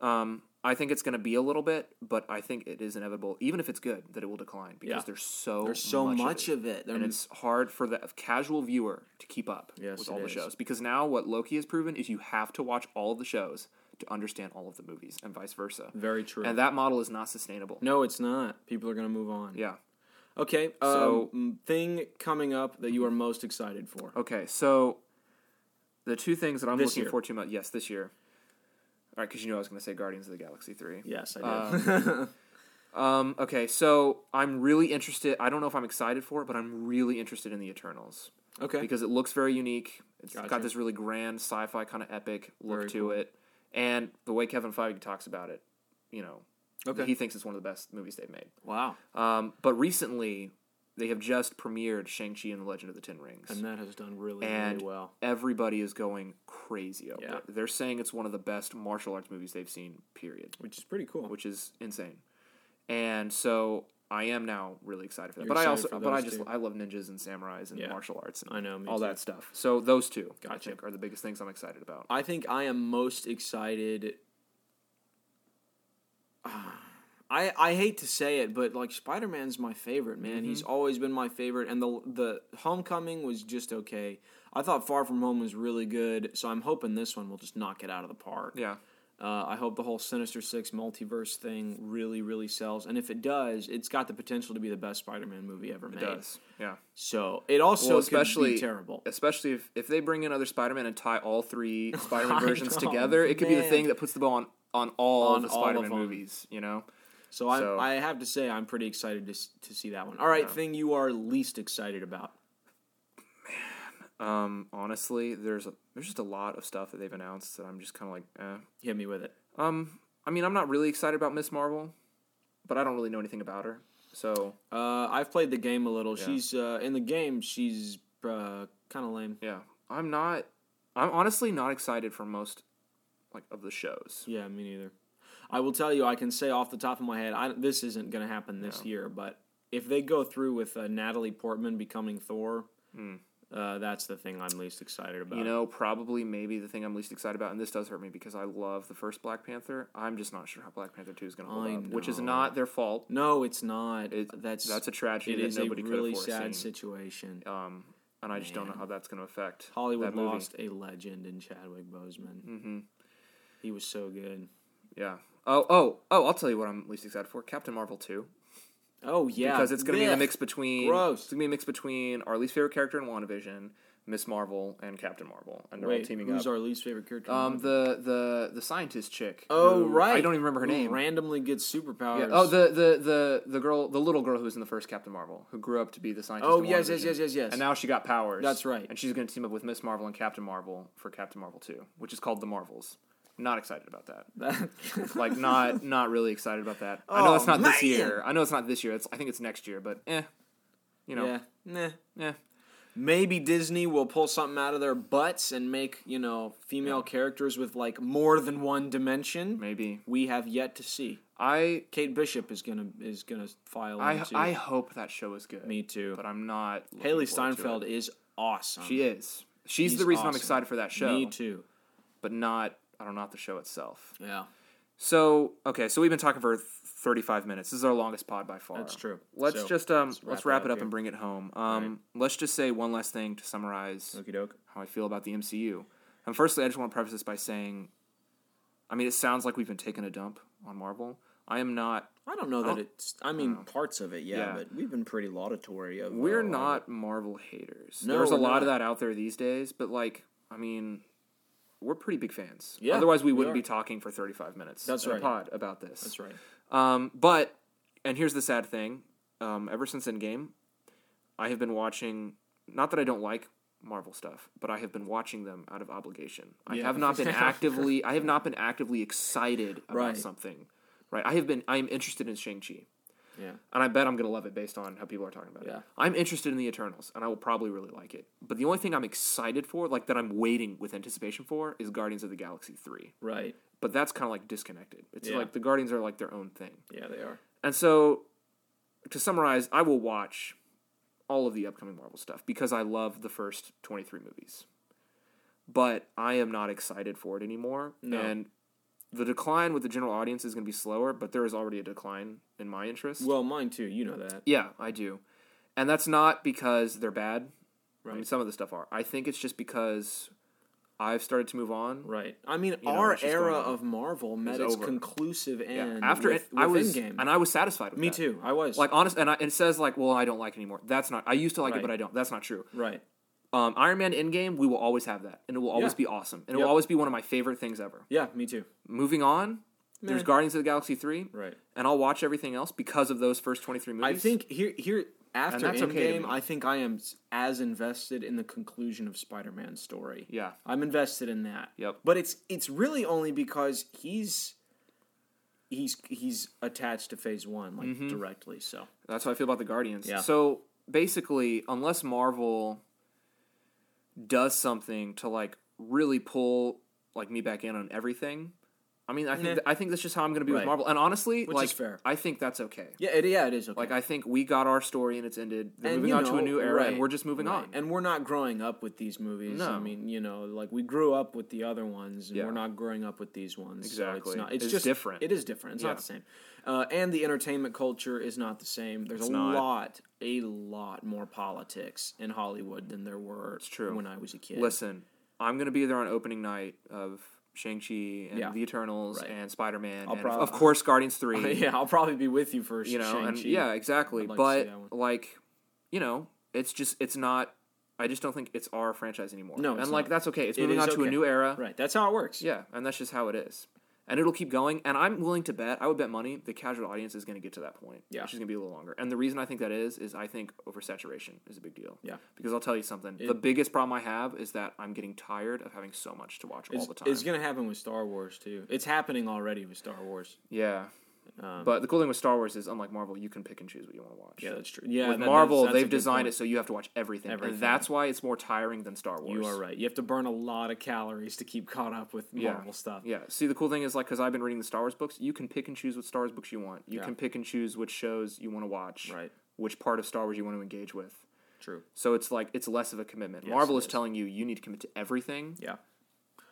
S1: Um, I think it's going to be a little bit, but I think it is inevitable, even if it's good, that it will decline because
S2: Yeah.
S1: there's so
S2: There's so much,
S1: of it.
S2: of it. I
S1: And
S2: mean,
S1: it's hard for the casual viewer to keep up
S2: Yes,
S1: with
S2: it
S1: all the
S2: is.
S1: shows because now what Loki has proven is you have to watch all of the shows to understand all of the movies and vice versa.
S2: very true.
S1: And that model is not sustainable.
S2: no, it's not. People are going to move on.
S1: Yeah.
S2: Okay. Um,
S1: So-
S2: mm, thing coming up that you are most excited for?
S1: Okay, so the two things that I'm
S2: This
S1: looking
S2: year.
S1: forward to, mo- yes, this year. All right, because you know I was going to say Guardians of the Galaxy three.
S2: Yes, I did.
S1: Um, okay, so I'm really interested. I don't know if I'm excited for it, but I'm really interested in the Eternals
S2: okay.
S1: because it looks very unique. It's
S2: Gotcha.
S1: got this really grand sci-fi kind of epic look
S2: Very
S1: to it, and the way Kevin Feige talks about it, you know,
S2: Okay.
S1: he thinks it's one of the best movies they've made.
S2: wow.
S1: Um, but recently, they have just premiered Shang Chi and the Legend of the Ten Rings.
S2: And that has done really,
S1: And
S2: really well.
S1: everybody is going crazy over
S2: Yeah.
S1: it. They're saying it's one of the best martial arts movies they've seen, period,
S2: Which is pretty cool.
S1: which is insane. And so I am now really excited for that.
S2: You're
S1: but I
S2: excited
S1: also,
S2: for
S1: but I
S2: those
S1: just,
S2: two.
S1: I love ninjas and samurais and
S2: Yeah.
S1: martial arts and
S2: I know, me
S1: all
S2: too.
S1: that stuff. So those two, I
S2: Gotcha.
S1: think, are the biggest things I'm excited about.
S2: I think I am most excited. I I hate to say it, but like Spider Man's my favorite man. He's
S1: Mm-hmm.
S2: always been my favorite, and the the Homecoming was just okay. I thought Far From Home was really good, so I'm hoping this one will just knock it out of the park.
S1: Yeah.
S2: Uh, I hope the whole Sinister Six multiverse thing really really sells, and if it does, it's got the potential to be the best Spider Man movie ever made.
S1: It does. Yeah.
S2: So it also
S1: Well,
S2: especially
S1: especially-
S2: could be terrible.
S1: Especially if, if they bring in other Spider-Man and tie all three Spider-Man
S2: I
S1: versions
S2: know,
S1: together, it could be the
S2: Oh, man.
S1: thing that puts the bow on, on all
S2: On
S1: the
S2: all of
S1: Spider-Man
S2: them.
S1: movies, you know?
S2: So, I
S1: So-
S2: I have to say I'm pretty excited to s- to see that one. All right, thing you are least excited about.
S1: Um, honestly, there's a, there's just a lot of stuff that they've announced that I'm just kind of like, eh.
S2: Hit me with it.
S1: Um, I mean, I'm not really excited about Miss Marvel, but I don't really know anything about her. So
S2: Uh, I've played the game a little. She's uh, in the game. She's uh, kind of lame.
S1: yeah, I'm not. I'm honestly not excited for most like of the shows.
S2: Yeah, me neither. I will tell you, I can say off the top of my head, I, this isn't going to happen this year. But if they go through with uh, Natalie Portman becoming Thor, uh, that's the thing I'm least excited about.
S1: Hmm. You know, probably maybe the thing I'm least excited about, and this does hurt me because I love the first Black Panther. I'm just not sure how Black Panther Two is going to hold
S2: I
S1: up, which is
S2: know.
S1: not their fault.
S2: no, it's not.
S1: It,
S2: that's
S1: that's a tragedy
S2: it
S1: that
S2: is a
S1: nobody
S2: really
S1: could have foreseen.
S2: sad situation.
S1: um, and I just don't know how that's going to affect
S2: Hollywood
S1: that movie.
S2: lost a legend in Chadwick Boseman. Mm-hmm. He was so good.
S1: Yeah. Oh, oh, oh! I'll tell you what I'm least excited for: Captain Marvel two,
S2: Oh yeah,
S1: because it's going to be a
S2: Blech.
S1: mix between
S2: Gross.
S1: It's going to be a mix between our least favorite character in WandaVision, Miss Marvel, and Captain Marvel, and they're all
S2: Wait,
S1: teaming
S2: who's
S1: up.
S2: our least favorite character?
S1: um, the the the scientist chick.
S2: oh
S1: who-
S2: right,
S1: I don't even remember her
S2: Who
S1: name.
S2: Randomly gets superpowers.
S1: Yeah, Oh, the, the the the girl, the little girl who was in the first Captain Marvel, who grew up to be the scientist.
S2: Oh,
S1: in
S2: yes, yes,
S1: WandaVision.
S2: yes, yes, yes.
S1: And now she got powers.
S2: That's right.
S1: And she's going to team up with Miss Marvel and Captain Marvel for Captain Marvel two, which is called the Marvels. Not excited about that. like not not really excited about that. I know
S2: Oh,
S1: it's not this
S2: man.
S1: year. I know it's not this year. It's I think it's next year, but eh. You know.
S2: yeah, nah.
S1: Eh.
S2: Maybe Disney will pull something out of their butts and make you know female characters with like more than one dimension.
S1: Maybe.
S2: We have yet to see.
S1: I
S2: Kate Bishop is gonna is gonna file.
S1: I
S2: into
S1: I hope that show is good.
S2: me too.
S1: But I'm not looking
S2: Haley
S1: forward to
S2: Steinfeld
S1: it.
S2: is awesome.
S1: She is. She's,
S2: She's
S1: the reason I'm
S2: awesome.
S1: excited for that show.
S2: Me too.
S1: But not I don't know, not the show itself.
S2: Yeah,
S1: So okay, so we've been talking for th- 35 minutes. This is our longest pod by far.
S2: That's true.
S1: Let's
S2: So,
S1: just um let's
S2: wrap
S1: wrap,
S2: it up
S1: it up,
S2: here.
S1: and bring it home. Um let's just say one last thing to summarize
S2: okie doke.
S1: how I feel about the MCU. And firstly, I just want to preface this by saying, I mean, it sounds like we've been taking a dump on Marvel. I am not.
S2: I don't know that it's. I mean,
S3: Parts of it, yeah,
S1: Oh. Yeah.
S3: but we've been pretty laudatory of.
S1: We're
S3: uh,
S1: not Marvel haters.
S2: No,
S1: There's a
S2: we're
S1: lot
S2: not.
S1: of that out there these days, but like, I mean, we're pretty big fans.
S2: Yeah,
S1: Otherwise, we
S2: we
S1: wouldn't
S2: are.
S1: be talking for 35 minutes.
S3: That's
S1: in a
S3: right.
S1: pod about this.
S2: that's right.
S1: Um, but and here's the sad thing. Um, ever since Endgame, I have been watching. Not that I don't like Marvel stuff, but I have been watching them out of obligation. I have not been actively. I have not been actively excited about
S3: Right.
S1: something. Right. I have been. I am interested in Shang Chi.
S2: Yeah.
S1: And I bet I'm going to love it based on how people are talking about
S2: Yeah.
S1: it. I'm interested in the Eternals, and I will probably really like it. But the only thing I'm excited for, like that I'm waiting with anticipation for, is Guardians of the Galaxy 3.
S2: Right.
S1: But that's kind of like disconnected. It's
S2: Yeah.
S1: like the Guardians are like their own thing.
S2: Yeah, they are.
S1: And so, to summarize, I will watch all of the upcoming Marvel stuff because I love the first 23 movies. But I am not excited for it anymore. And the decline with the general audience is going to be slower, but there is already a decline in my interest.
S2: Well, mine too. You know that.
S1: yeah, I do. And that's not because they're bad. I mean, some of the stuff are. I think it's just because I've started to move on.
S2: Right. I mean,
S1: know,
S2: our
S1: it's just
S2: era
S1: going on.
S2: of Marvel met
S1: It's
S2: its
S1: over.
S2: conclusive
S1: Yeah.
S2: end.
S1: After
S2: with,
S1: it, I
S2: with
S1: was,
S2: Endgame.
S1: and I was satisfied with
S2: Me
S1: that.
S2: too. I was
S1: Like honest, and, I, and it says like, well, I don't like it anymore. That's not. I used to like
S2: Right.
S1: it, but I don't. That's not true.
S2: right.
S1: Um, Iron Man Endgame, we will always have that, and it will always
S2: Yeah.
S1: be awesome, and it
S2: Yep.
S1: will always be one of my favorite things ever.
S2: Yeah, me too.
S1: Moving on, there's Guardians of the Galaxy three,
S2: Right.
S1: and I'll watch everything else because of those first twenty three
S2: I
S1: movies.
S2: think here here after
S1: that's okay to
S2: Endgame,
S1: me.
S2: I think I am s- as invested in the conclusion of Spider-Man's story.
S1: yeah,
S2: I'm invested in that.
S1: Yep.
S2: But it's it's really only because he's he's he's attached to Phase One like
S1: Mm-hmm.
S2: directly. So
S1: that's how I feel about the Guardians.
S2: Yeah.
S1: So basically, unless Marvel does something to like really pull like me back in on everything, I mean, I think
S2: Nah.
S1: I think that's just how I'm going to be
S2: Right.
S1: with Marvel, and honestly,
S2: Which
S1: like,
S2: is fair.
S1: I think that's okay.
S2: yeah, it, yeah, it is okay.
S1: Like I think we got our story and it's ended. They're moving
S2: you
S1: on to a
S2: know,
S1: new era,
S2: right,
S1: and we're just moving
S2: right.
S1: on.
S2: And we're not growing up with these movies. I
S1: No.
S2: mean, you know, like we grew up with the other ones, and
S1: Yeah.
S2: we're not growing up with these ones. so
S1: Exactly.
S2: it's not. It's,
S1: It's
S2: just
S1: different.
S2: It is different. It's
S1: Yeah.
S2: not the same. Uh, and the entertainment culture is not the same. There's a
S1: not.
S2: lot, a lot more politics in Hollywood than there were. It's
S1: true.
S2: When I was a kid.
S1: Listen, I'm gonna be there on opening night of Shang Chi and
S2: Yeah.
S1: the Eternals
S2: Right.
S1: and Spider Man, and
S2: prob-
S1: of course Guardians Three.
S2: yeah, I'll probably be with you for
S1: You know,
S2: Shang-Chi.
S1: and yeah, exactly.
S2: I'd like to see
S1: but
S2: that one.
S1: like, you know, it's just it's not. I just don't think it's our franchise anymore.
S2: No,
S1: and
S2: it's
S1: like
S2: not.
S1: that's okay. It's
S2: It
S1: moving
S2: is
S1: on to
S2: okay.
S1: a new era.
S2: right. That's how it works.
S1: Yeah, and that's just how it is. And it'll keep going. And I'm willing to bet, I would bet money, the casual audience is going to get to that point.
S2: Yeah.
S1: Which is going to be a little longer. And the reason I think that is, is I think oversaturation is a big deal.
S2: Yeah.
S1: Because I'll tell you something. the biggest problem I have is that I'm getting tired of having so much to watch all
S2: It's,
S1: the time.
S2: it's gonna happen with Star Wars too. It's happening already with Star Wars.
S1: yeah. but the cool thing with Star Wars is, unlike Marvel, you can pick and choose what you want to watch.
S2: Um, Yeah, that's true. Yeah,
S1: With
S2: that-
S1: Marvel,
S2: that's- that's a
S1: they've
S2: good
S1: designed
S2: point.
S1: it so you have to watch everything.
S2: Everything.
S1: And that's why it's more tiring than Star Wars.
S2: You are right. You have to burn a lot of calories to keep caught up with Marvel stuff.
S1: Yeah. See, the cool thing is like because I've been reading the Star Wars books, you can pick and choose what Star Wars books you want. You
S2: Yeah.
S1: can pick and choose which shows you want to watch.
S2: Right.
S1: Which part of Star Wars you want to engage with.
S2: True.
S1: So it's like it's less of a commitment. Marvel
S2: it
S1: is telling you you need to commit to everything
S2: Yeah.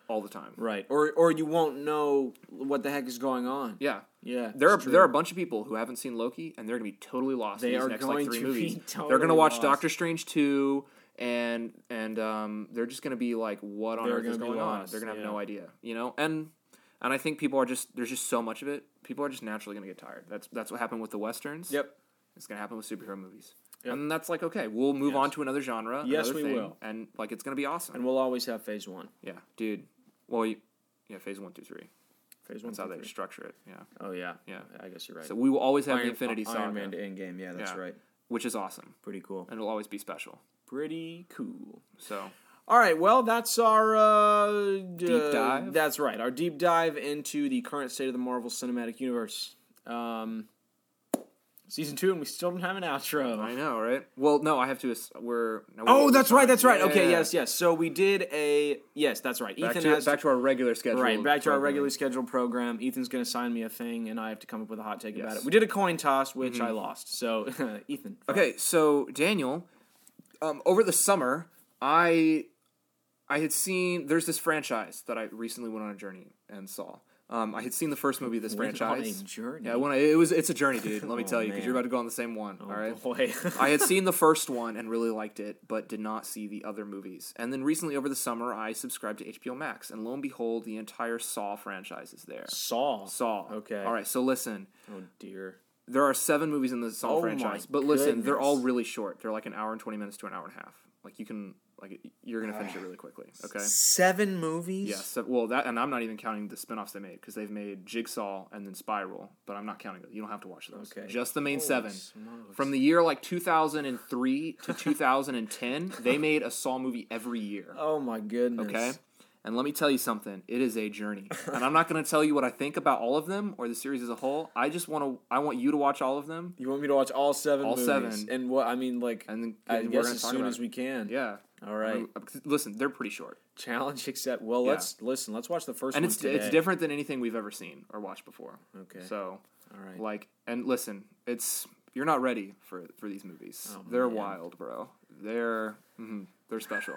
S1: all the time.
S2: Right. Or or you won't know what the heck is going on.
S1: Yeah.
S2: Yeah.
S1: There are
S2: it's true.
S1: there are a bunch of people who haven't seen Loki and they're gonna be totally lost
S2: They
S1: in these
S2: are
S1: next
S2: going
S1: like three
S2: to be
S1: movies.
S2: totally
S1: they're gonna watch
S2: lost.
S1: Doctor Strange two and and um they're just gonna be like what on
S2: They're
S1: earth is
S2: gonna be
S1: going on?
S2: lost,
S1: They're gonna have
S2: yeah.
S1: no idea, you know. And and I think people are just there's just so much of it. People are just naturally gonna get tired. That's that's what happened with the westerns.
S2: Yep.
S1: it's gonna happen with superhero movies. And that's like okay, we'll move on to another genre.
S2: Yes, we
S1: another thing,
S2: will.
S1: And like it's gonna be awesome.
S2: And we'll always have phase one.
S1: yeah, dude. Well, you, yeah, phase one through three.
S2: Phase one.
S1: That's how
S2: through
S1: they
S2: three.
S1: structure it. Yeah.
S2: Oh yeah.
S1: Yeah.
S2: I guess you're right.
S1: So we will always have
S2: Iron- uh,
S1: the Infinity
S2: Iron
S1: Saga,
S2: Man to Endgame. Yeah, that's
S1: Yeah.
S2: right.
S1: which is awesome.
S2: Pretty cool.
S1: and it'll always be special.
S2: Pretty cool.
S1: So
S2: All right, well, that's our uh, deep
S1: dive?
S2: That's right, our deep dive into the current state of the Marvel Cinematic Universe. Um, season two, and we still don't have an outro.
S1: I know, right? Well, no, I have to. ass- We're no, we're-
S2: Oh,
S1: we're
S2: that's right,
S1: fine.
S2: that's right. Okay,
S1: Yeah.
S2: yes, yes. So we did a yes, that's right.
S1: Back
S2: Ethan
S1: to,
S2: has
S1: back to our regular schedule.
S2: right back to our regularly scheduled program. Ethan's going to sign me a thing, and I have to come up with a hot take about it. We did a coin toss, which I lost. So Ethan,
S1: Mm-hmm. Okay, so Daniel, um, over the summer, I I had seen there's this franchise that I recently went on a journey and saw Um, I had seen the first movie of this
S4: Went on
S1: franchise.
S4: a journey.
S1: Yeah, when I, it was it's a journey, dude. Let me
S2: Oh,
S1: tell you, because you're
S2: man. Oh,
S1: about to go on the same one. all right.
S2: Boy.
S1: I had seen the first one and really liked it, but did not see the other movies. And then recently over the summer, I subscribed to HBO Max, and lo and behold, the entire Saw franchise is there.
S2: Saw.
S1: Saw.
S2: Okay.
S1: All right. So listen,
S2: Oh dear.
S1: there are seven movies in the Saw
S4: Oh my
S1: franchise, but listen, they're all
S4: goodness.
S1: really short. They're like an hour and twenty minutes to an hour and a half. Like you can, like you're gonna finish it really quickly. Okay.
S2: Seven movies.
S1: Yes. so- well, that and I'm not even counting the spin-offs they made because they've made Jigsaw and then Spiral, but I'm not counting those. You don't have to watch those.
S2: Okay.
S1: Just the main seven. From the year like 2003 to 2010, they made a Saw movie every year.
S2: Oh my goodness.
S1: Okay. And let me tell you something. It is a journey, and I'm not going to tell you what I think about all of them or the series as a whole. I just want to. I want you to watch all of them,
S2: You want me to watch all seven?
S1: All
S2: movies?
S1: seven.
S2: And what I mean, like,
S1: and then
S2: I
S1: and we're
S2: guess
S1: gonna
S2: as
S1: talk
S2: soon
S1: about
S2: as
S1: it.
S2: we can.
S1: Yeah. uh,
S2: All right.
S1: Listen, they're pretty short,
S2: Challenge accept. Well,
S1: Yeah.
S2: let's listen. Let's watch the first
S1: and
S2: one
S1: it's
S2: today.
S1: it's different than anything we've ever seen or watched before.
S2: Okay.
S1: So
S2: all right.
S1: like and listen it's you're not ready for for these movies
S2: Oh,
S1: they're
S2: man.
S1: wild bro they're mhm, they're special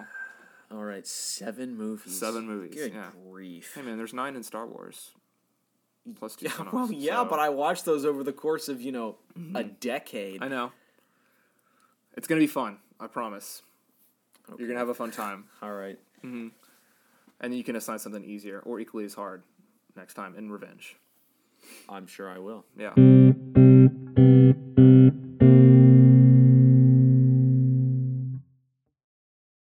S2: All right. Seven movies.
S1: Seven movies,
S2: Good
S1: yeah.
S2: grief.
S1: hey man there's nine in star wars plus two spin-offs,
S2: Well, yeah,
S1: so- Mm-hmm.
S2: but I watched those over the course of you know a decade.
S1: i know it's gonna be fun i promise
S2: Okay.
S1: you're gonna have a fun time
S2: All right.
S1: and then you can assign something easier or equally as hard next time in revenge
S2: I'm sure I will.
S1: yeah